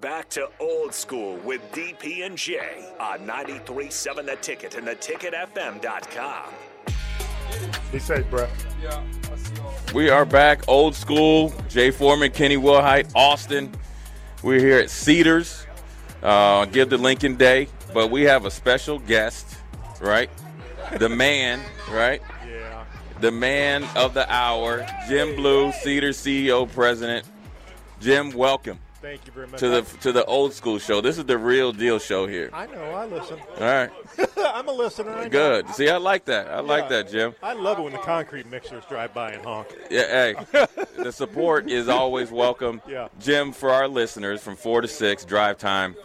back to old school with DP and J on 93.7 The Ticket and theticketfm.com. Be safe, bro. We are back, old school. Jay Foreman, Kenny Wilhite, Austin. We're here at Cedars. Uh, give the Lincoln Day, but we have a special guest, right? The man, right? Yeah. The man of the hour, Jim Blue, Cedar CEO, President. Jim, welcome Thank you very much. to the to the old school show. This is the real deal show here. I know. I listen. All right, I'm a listener. I know. good. See, I like that. I like that, Jim. I love it when the concrete mixers drive by and honk. Yeah, hey, the support is always welcome. Yeah. Jim, for our listeners from 4 to 6, drive time,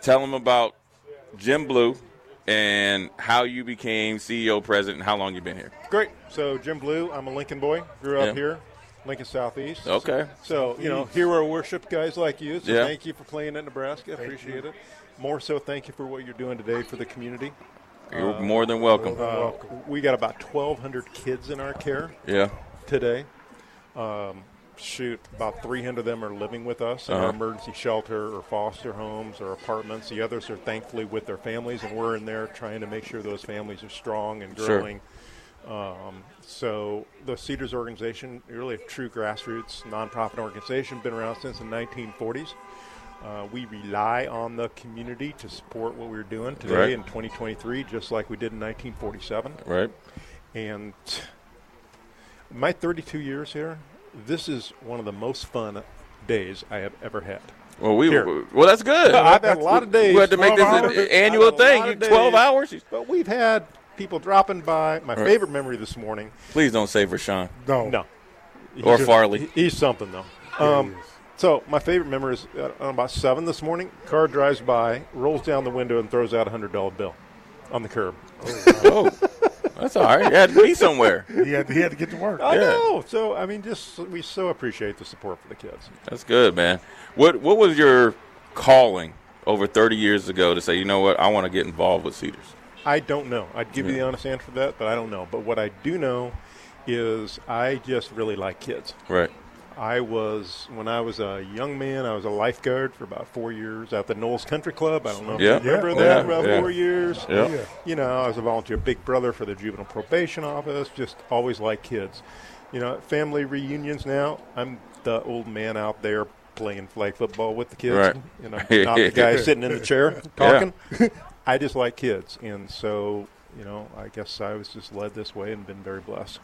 tell them about Jim Blue and how you became CEO president and how long you've been here. Great. So Jim Blue, I'm a Lincoln boy. Grew up Yeah. here, Lincoln Southeast. Okay. So you know, hero worship guys like you. So Yeah. thank you for playing at Nebraska. Appreciate it. More so, thank you for what you're doing today for the community. You're more than welcome. Uh, We got about 1,200 kids in our care. yeah. today. Um, shoot, about 300 of them are living with us in our Uh-huh. emergency shelter or foster homes or apartments. The others are thankfully with their families, and we're in there trying to make sure those families are strong and Sure. growing. Um, so the Cedars organization, really a true grassroots nonprofit organization, been around since the 1940s. Uh, we rely on the community to support what we're doing today Right. in 2023, just like we did in 1947. Right? And my 32 years here, this is one of the most fun days I have ever had. Well, we Here. well, that's good. I've had a lot of days. We had to make this 12 an hours. annual I've had a thing. lot You- of 12 days. hours? But we've had people dropping by. My favorite memory this morning. Please don't say Rashawn. No. No. He's Oh. Or just- Farley. He's something, though. Um, so my favorite memory is uh, about 7 this morning. Car drives by, rolls down the window, and throws out a $100 bill on the curb. Oh, that's all right. You had to be somewhere. He had, he had to get to work. I Oh, Yeah. know. So, I mean, just we so appreciate the support for the kids. That's good, man. What What was your calling over 30 years ago to say, you know what, I want to get involved with Cedars? I don't know. I'd give you the honest answer to that, but I don't know. But what I do know is I just really like kids. Right. I was when I was a young man, I was a lifeguard for about four years at the Knowles Country Club. I don't know if Yeah. you remember Yeah. that Yeah. about Yeah. four years. Yeah. Yeah. You know, I was a volunteer big brother for the juvenile probation office, just always like kids. You know, at family reunions now, I'm the old man out there playing flag football with the kids. Right. You know, not the guy sitting in the chair talking. I just like kids. And so, you know, I guess I was just led this way and been very blessed.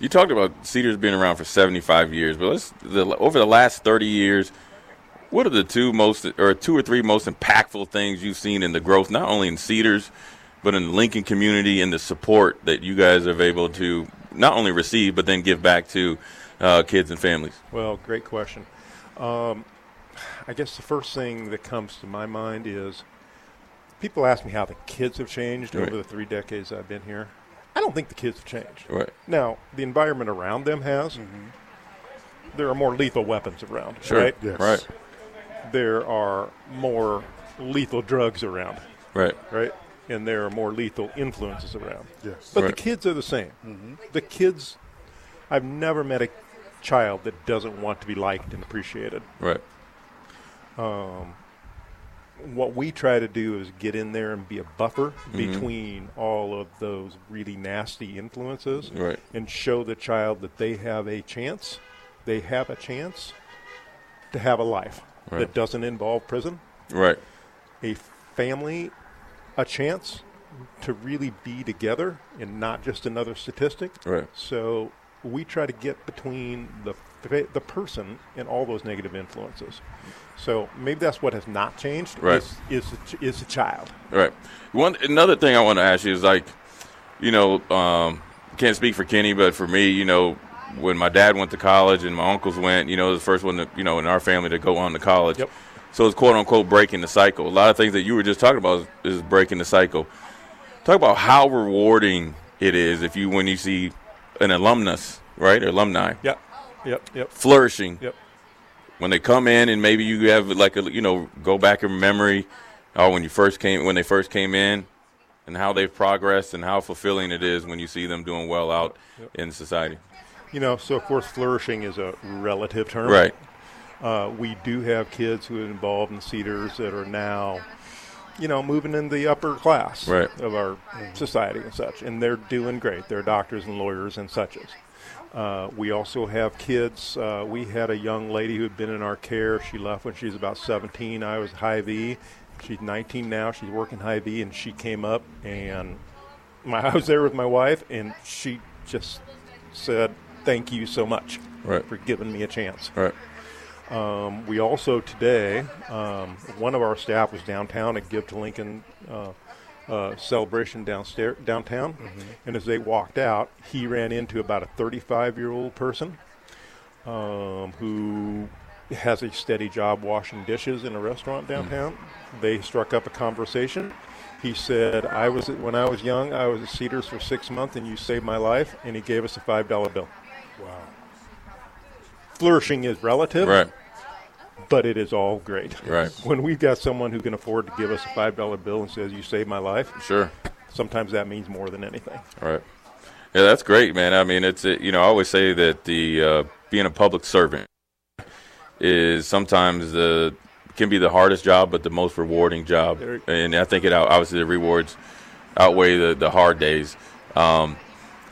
You talked about Cedars being around for 75 years, but let's the, over the last 30 years, what are the two most or two or three most impactful things you've seen in the growth, not only in Cedars, but in the Lincoln community and the support that you guys have able to not only receive but then give back to uh, kids and families? Well, great question. Um, I guess the first thing that comes to my mind is people ask me how the kids have changed Right. over the three decades I've been here. I don't think the kids have changed. Right. Mm-hmm. Now, the environment around them has. There are more lethal weapons around, Sure. right? Yes. Right. There are more lethal drugs around, Right. right? And there are more lethal influences around. Yes. But the Right. kids are the same. The kids, I've never met a child that doesn't want to be liked and appreciated. Right. what we try to do is get in there and be a buffer Mm-hmm. between all of those really nasty influences Right. and show the child that they have a chance they have a chance to have a life Right. that doesn't involve prison Right. a family a chance to really be together and not just another statistic Right. so we try to get between the fa- the person and all those negative influences. So maybe that's what has not changed. Right. Is is the, ch- is the child? Right. One another thing I want to ask you is like, you know, um, can't speak for Kenny, but for me, you know, when my dad went to college and my uncles went, you know, the first one, to, you know, in our family to go on to college. Yep. So it's quote unquote breaking the cycle. A lot of things that you were just talking about is, is breaking the cycle. Talk about how rewarding it is if you when you see an alumnus, right, or alumni Yep. Yep. Yep. flourishing Yep. when they come in and maybe you have like a you know go back in memory or when you first came when they first came in and how they've progressed and how fulfilling it is when you see them doing well out in society You know, so of course, flourishing is a relative term. right Uh, we do have kids who are involved in Cedars that are now, you know, moving in the upper class Right. of our society and such, and they're doing great. They're doctors and lawyers and such as. Uh, we also have kids. Uh, we had a young lady who had been in our care. She left when she was about 17. I was high V. She's 19 now. She's working high V, and she came up and my, I was there with my wife, and she just said, "Thank you so much Right. for giving me a chance." All right. Um, we also today, um, one of our staff was downtown at Give to Lincoln uh, uh, celebration downstairs downtown, and as they walked out, he ran into about a 35-year-old person um, who has a steady job washing dishes in a restaurant downtown. They struck up a conversation. He said, "I was when I was young, I was at Cedars for six months, and you saved my life." And he gave us a five-dollar bill. Wow. Flourishing is relative Right. but it is all great. Right. When we've got someone who can afford to give us a five dollar bill and says, "You saved my life," Sure. sometimes that means more than anything. All right. Yeah, that's great, man. I mean, it's it, you know, I always say that the uh, being a public servant is sometimes the can be the hardest job, but the most rewarding job. There- And I think it out- obviously the rewards outweigh the the hard days. Um,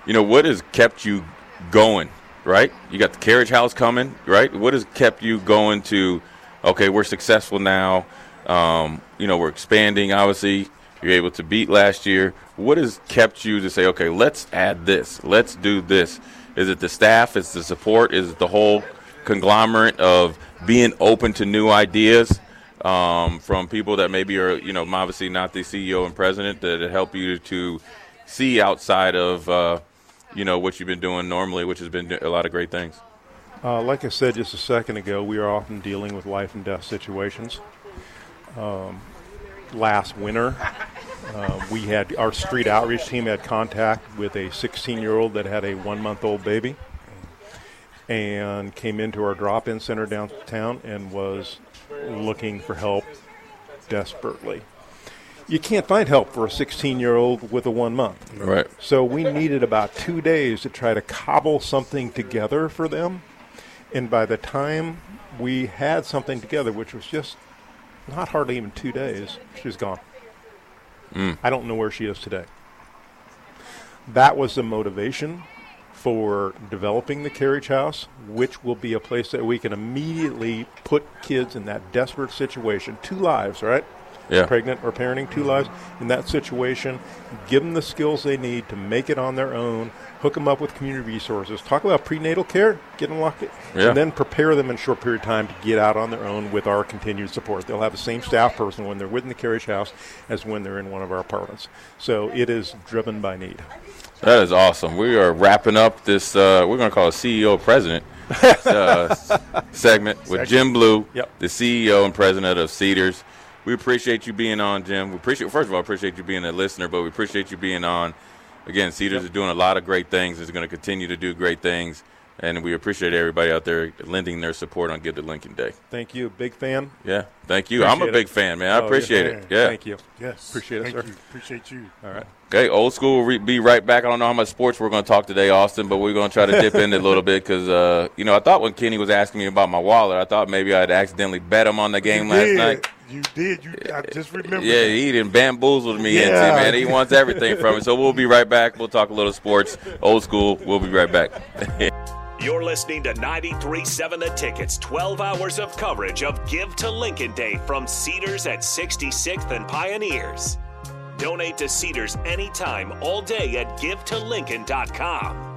you know, what has kept you going? Right, you got the carriage house coming. Right, what has kept you going to? Okay, we're successful now. Um, you know, we're expanding. Obviously, you're able to beat last year. What has kept you to say, okay, let's add this, let's do this? Is it the staff? Is it the support? Is it the whole conglomerate of being open to new ideas um, from people that maybe are, you know, obviously not the CEO and president that help you to see outside of, uh, you know, what you've been doing normally, which has been a lot of great things. Uh, like I said just a second ago, we are often dealing with life and death situations. Um, last winter, uh, we had our street outreach team had contact with a 16 year old that had a one month old baby and came into our drop in center downtown and was looking for help desperately. You can't find help for a 16 year old with a one month. Right. So we needed about two days to try to cobble something together for them. And by the time we had something together, which was just not hardly even two days, she was gone. I don't know where she is today. That was the motivation for developing the carriage house, which will be a place that we can immediately put kids in that desperate situation. Two lives, right? Yeah. pregnant or parenting two lives in that situation, give them the skills they need to make it on their own, hook them up with community resources, talk about prenatal care, get them locked in, Yeah. and then prepare them in a short period of time to get out on their own with our continued support. They'll have the same staff person when they're within the carriage house as when they're in one of our apartments. So it is driven by need. That is awesome. We are wrapping up this. Uh, we're going to call it CEO President uh, segment with Jim Blue, Yep. the CEO and President of Cedars. We appreciate you being on, Jim. We appreciate first of all, appreciate you being a listener, but we appreciate you being on. Again, Cedars is doing a lot of great things. Is going to continue to do great things, and we appreciate everybody out there lending their support on Give to Lincoln Day. Thank you. Big fan. Yeah, thank you. I'm a Appreciate big it. fan, man. I Oh, appreciate yeah. it. Yeah, Thank you. Yes. Appreciate it, Thank sir. You. Appreciate you. All right. Okay, old school. We'll re- be right back. I don't know how much sports we're going to talk today, Austin, but we're going to try to dip in it a little bit because, uh, you know, I thought when Kenny was asking me about my wallet, I thought maybe I'd accidentally bet him on the game you last did. night. You did. You. I just remember. Yeah, he didn't bamboozled me into Yeah. man. He wants everything from it. So we'll be right back. We'll talk a little sports, old school. We'll be right back. You're listening to 937 The Ticket's 12 hours of coverage of Give to Lincoln Day from Cedars at 66th and Pioneers. Donate to Cedars anytime, all day at givetolincoln.com.